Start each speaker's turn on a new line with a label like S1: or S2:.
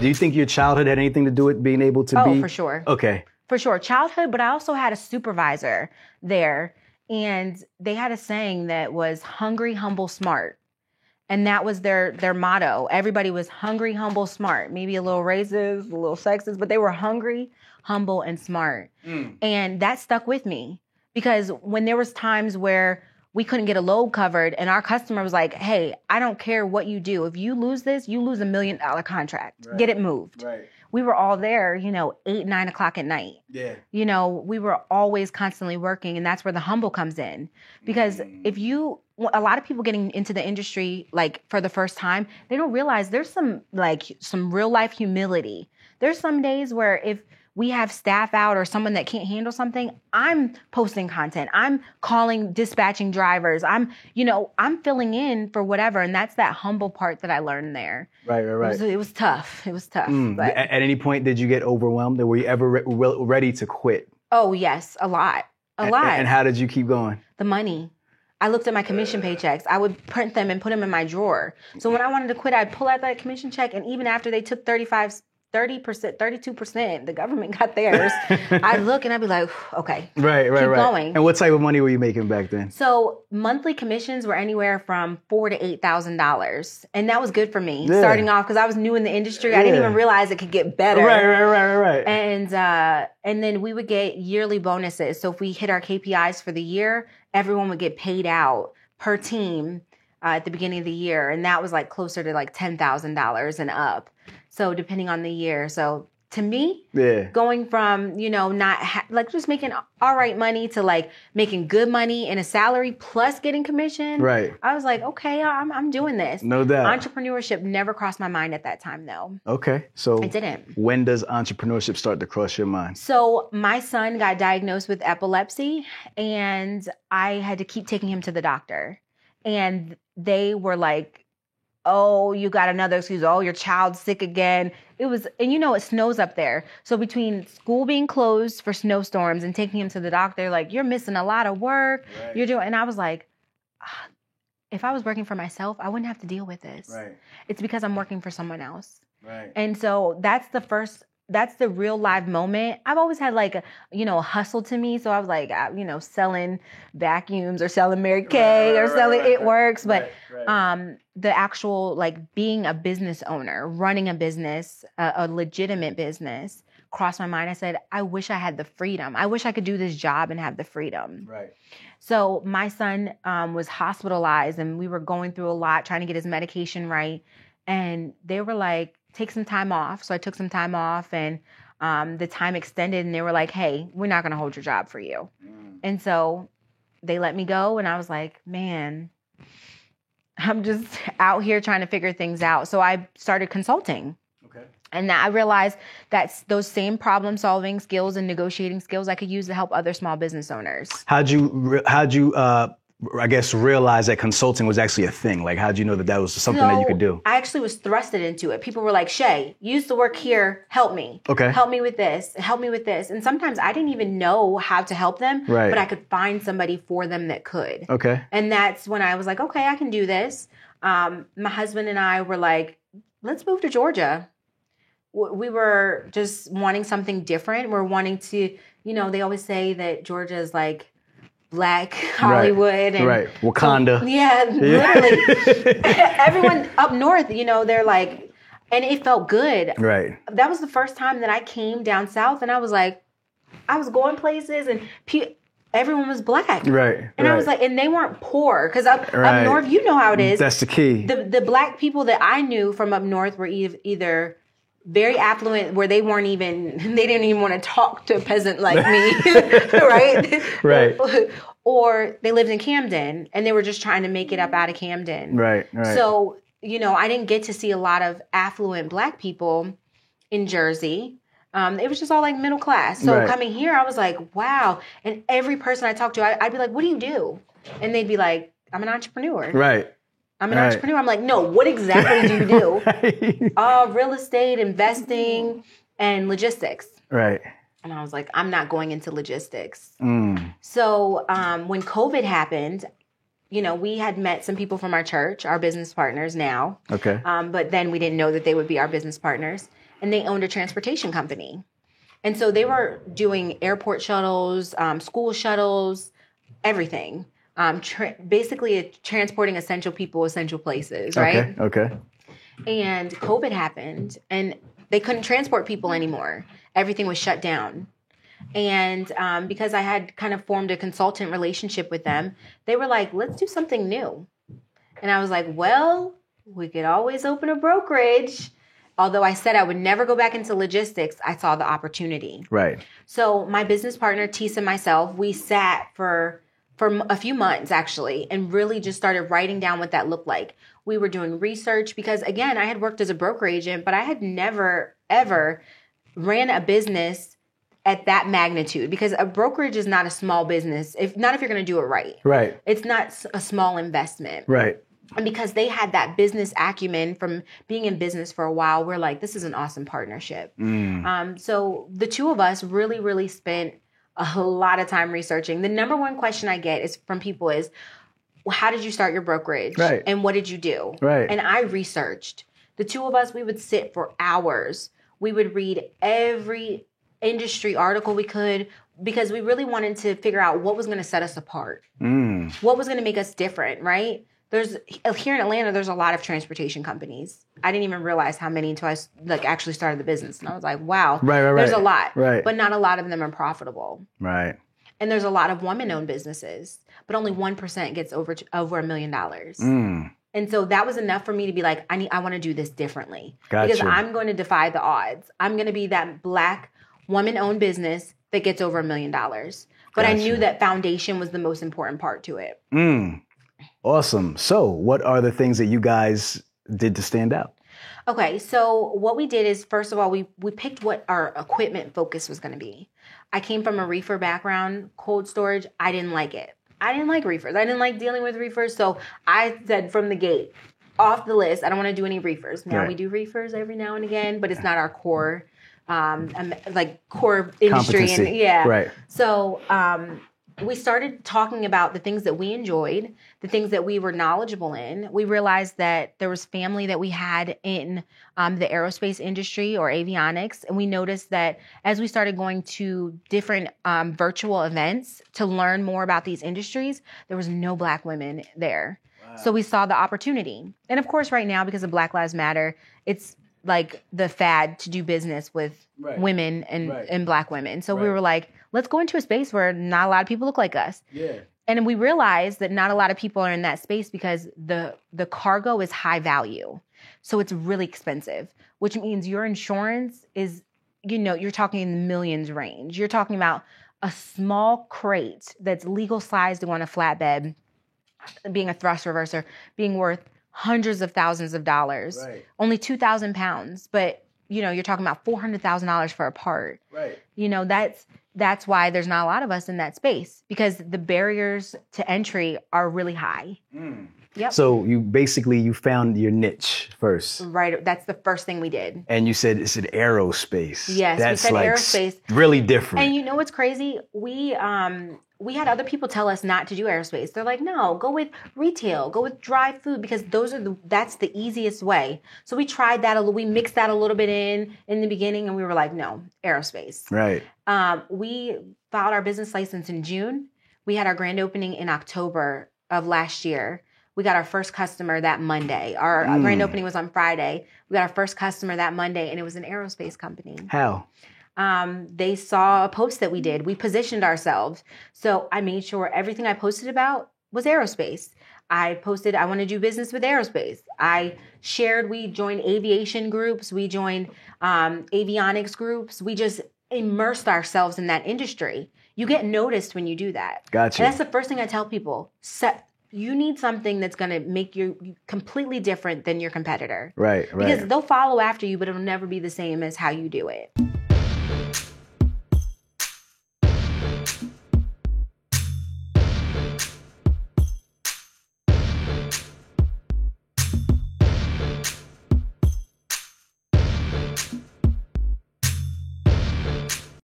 S1: Do you think your childhood had anything to do with being able to
S2: Oh,
S1: be?
S2: for sure.
S1: Okay.
S2: for sure childhood but i also had a supervisor there and they had a saying that was hungry humble smart and that was their their motto everybody was hungry humble smart maybe a little racist a little sexist but they were hungry humble and smart
S1: Mm.
S2: and that stuck with me because when there was times where we couldn't get a load covered and our customer was like hey i don't care what you do if you lose this you lose a million dollar contract
S1: Right.
S2: get it moved
S1: Right.
S2: we were all there, you know, eight, nine o'clock at night.
S1: Yeah.
S2: You know, we were always constantly working, and that's where the humble comes in. Because
S1: Mm.
S2: if you, a lot of people getting into the industry like for the first time, they don't realize there's some like some real life humility. There's some days where if we have staff out or someone that can't handle something, I'm posting content. I'm calling dispatching drivers. I'm, you know, I'm filling in for whatever. And that's that humble part that I learned there.
S1: Right. Right.
S2: It
S1: Right.
S2: was, it was tough. It was tough.
S1: Mm.
S2: but-
S1: A- At any point, did you get overwhelmed, or were you ever re- re- ready to quit?
S2: Oh yes, a lot, a
S1: And-
S2: lot.
S1: And, how did you keep going?
S2: the money. I looked at my commission paychecks. I would print them and put them in my drawer. So when I wanted to quit, I'd pull out that commission check, and even after they took 35, 30 percent, thirty two percent, the government got theirs. I'd look and I'd be like, okay.
S1: Right. Right.
S2: Keep
S1: right.
S2: going.
S1: And what type of money were you making back then?
S2: So monthly commissions were anywhere from four to eight thousand dollars, and that was good for me
S1: Yeah.
S2: starting off because I was new in the industry. I didn't
S1: Yeah.
S2: even realize it could get better.
S1: Right. Right. Right. Right. Right.
S2: and uh and then we would get yearly bonuses so if we hit our kpis for the year everyone would get paid out per team uh, at the beginning of the year and that was like closer to like $10000 and up so depending on the year so to me
S1: yeah.
S2: going from you know not ha- like just making all right money to like making good money and a salary plus getting commission
S1: Right.
S2: i was like okay i'm, I'm doing this
S1: No doubt.
S2: entrepreneurship never crossed my mind at that time though
S1: okay. So
S2: it didn't
S1: when does entrepreneurship start to cross your mind?
S2: So my son got diagnosed with epilepsy and I had to keep taking him to the doctor. And they were like, Oh, you got another excuse. Oh, your child's sick again. It was, and you know, it snows up there. So between school being closed for snowstorms and taking him to the doctor, like, you're missing a lot of work. You're doing, and I was like, "Ah, if I was working for myself, I wouldn't have to deal with this. It's because I'm working for someone else.
S1: Right.
S2: And so that's the first that's the real live moment. I've always had like a you know a hustle to me, so I was like I, you know selling vacuums or selling Mary Kay or selling It Works, but um the actual like being a business owner, running a business, a, a legitimate business crossed my mind. I said, I wish I had the freedom. I wish I could do this job and have the freedom.
S1: right.
S2: So my son um, was hospitalized, and we were going through a lot trying to get his medication right. And they were like, "Take some time off." So I took some time off, and um, the time extended. And they were like, "Hey, we're not going to hold your job for you."
S1: Mm,
S2: And so they let me go, and I was like, "Man, I'm just out here trying to figure things out." So I started consulting.
S1: Okay.
S2: And that I realized that those same problem solving skills and negotiating skills I could use to help other small business owners.
S1: How'd you re- how'd you uh I guess realize that consulting was actually a thing? Like how'd you know that that was something that you
S2: So,
S1: could do?
S2: I actually was thrusted into it. People were like, Shay, you used to work here. Help me.
S1: Okay.
S2: Help me with this. Help me with this. And sometimes I didn't even know how to help them,
S1: Right.
S2: but I could find somebody for them that could.
S1: Okay.
S2: And that's when I was like, okay, I can do this. Um, my husband and I were like, let's move to Georgia. W- We were just wanting something different. We're wanting to, you know, they always say that Georgia is like black Hollywood and
S1: right. Wakanda.
S2: yeah, literally. Everyone up north, you know, they're like, and it felt good.
S1: Right.
S2: That was the first time that I came down south, and I was like, I was going places, and pe- everyone was black,
S1: Right.
S2: and
S1: right.
S2: I was like, and they weren't poor because up,
S1: Right.
S2: up north, you know how it is.
S1: that's the key.
S2: the the black people that I knew from up north were e- either very affluent where they weren't even they didn't even want to talk to a peasant like me right
S1: Right.
S2: or they lived in Camden and they were just trying to make it up out of Camden
S1: right. Right.
S2: so, you know, I didn't get to see a lot of affluent black people in Jersey. Um, it was just all like middle class. So
S1: Right.
S2: coming here, I was like, wow. And every person I talked to, I, I'd be like, what do you do? And they'd be like, I'm an entrepreneur.
S1: right.
S2: I'm an
S1: right.
S2: entrepreneur. I'm like, no, what exactly do you do?
S1: Right.
S2: uh, real estate, investing, and logistics.
S1: right.
S2: And I was like, I'm not going into logistics.
S1: Mm.
S2: So um, when COVID happened, you know, we had met some people from our church, our business partners now,
S1: Okay.
S2: um, but then we didn't know that they would be our business partners. And they owned a transportation company. And so they were doing airport shuttles, um, school shuttles, everything. Um, tra- basically, uh, transporting essential people, essential places, right?
S1: Okay. Okay.
S2: and COVID happened, and they couldn't transport people anymore. Everything was shut down. And um, because I had kind of formed a consultant relationship with them, they were like, let's do something new. And I was like, well, we could always open a brokerage. Although I said I would never go back into logistics, I saw the opportunity.
S1: Right.
S2: So my business partner Tisa and myself, we sat for for m- a few months actually, and really just started writing down what that looked like. We were doing research because again, I had worked as a broker agent, but I had never ever ran a business at that magnitude because a brokerage is not a small business. If not, if you're going to do it right,
S1: Right.
S2: it's not s- a small investment
S1: Right.
S2: and because they had that business acumen from being in business for a while we're like this is an awesome partnership
S1: Mm.
S2: um, so the two of us really really spent a lot of time researching the number one question i get is from people is well, how did you start your brokerage
S1: Right.
S2: and what did you do
S1: Right.
S2: and i researched the two of us we would sit for hours we would read every industry article we could because we really wanted to figure out what was going to set us apart
S1: Mm.
S2: what was going to make us different, right? There's here in Atlanta, there's a lot of transportation companies. I didn't even realize how many until I like actually started the business, and I was like, wow,
S1: Right, right,
S2: there's
S1: right.
S2: a lot,
S1: Right.
S2: But not a lot of them are profitable,
S1: Right.
S2: and there's a lot of women-owned businesses, but only one percent gets over over a million dollars.
S1: Mm.
S2: And so that was enough for me to be like, I need, I want to do this differently because
S1: Gotcha.
S2: I'm going to defy the odds. I'm going to be that black woman-owned business that gets over a million dollars. But I
S1: Gotcha.
S2: knew that foundation was the most important part to it.
S1: Mm. Awesome. So, what are the things that you guys did to stand out?
S2: Okay, so what we did is first of all we we picked what our equipment focus was going to be. I came from a reefer background, cold storage. I didn't like it. I didn't like reefers. I didn't like dealing with reefers, so I said from the gate, off the list. I don't want to do any reefers. Now we
S1: Right.
S2: do reefers every now and again, but it's not our core, um, um, like core industry. And,
S1: Competency.
S2: yeah,
S1: Right.
S2: so um, we started talking about the things that we enjoyed, the things that we were knowledgeable in. We realized that there was family that we had in um, the aerospace industry or avionics, and we noticed that as we started going to different um, virtual events to learn more about these industries, there was no black women there.
S1: Ah.
S2: So we saw the opportunity, and of course, right now because of Black Lives Matter, it's like the fad to do business with
S1: Right.
S2: women and
S1: Right.
S2: and black women. So we
S1: Right.
S2: were like, let's go into a space where not a lot of people look like us.
S1: Yeah.
S2: And we realized that not a lot of people are in that space because the the cargo is high value. So it's really expensive, which means your insurance is you know, you're talking in the millions range. You're talking about a small crate that's legal sized to go on a flatbed being a thrust reverser being worth hundreds of thousands of dollars.
S1: Right.
S2: Only 2000 pounds, but you know, you're talking about $400,000 for a part
S1: Right.
S2: you know that's that's why there's not a lot of us in that space because the barriers to entry are really high
S1: Mm.
S2: Yep. Mm.
S1: So you basically you found your niche first,
S2: right that's the first thing we did
S1: and you said it's an aerospace.
S2: Yes, we
S1: That's
S2: said
S1: like
S2: aerospace.
S1: s- Really different.
S2: and you know what's crazy we um we had other people tell us not to do aerospace they're like no go with retail go with dry food because those are the that's the easiest way so we tried that a little we mixed that a little bit in in the beginning and we were like no aerospace
S1: right.
S2: Um, we filed our business license in June. We had our grand opening in October of last year. We got our first customer that Monday. Our uh, grand
S1: Mm.
S2: opening was on Friday. We got our first customer that Monday, and it was an aerospace company.
S1: How?
S2: Um, they saw a post that we did. We positioned ourselves. So I made sure everything I posted about was aerospace. I posted, I want to do business with aerospace. I shared, we joined aviation groups, we joined um, avionics groups. We just immersed ourselves in that industry. You get noticed when you do that.
S1: Gotcha.
S2: And that's the first thing I tell people. Set, you need something that's going to make you completely different than your competitor.
S1: right. Right.
S2: Because they'll follow after you, but it'll never be the same as how you do it.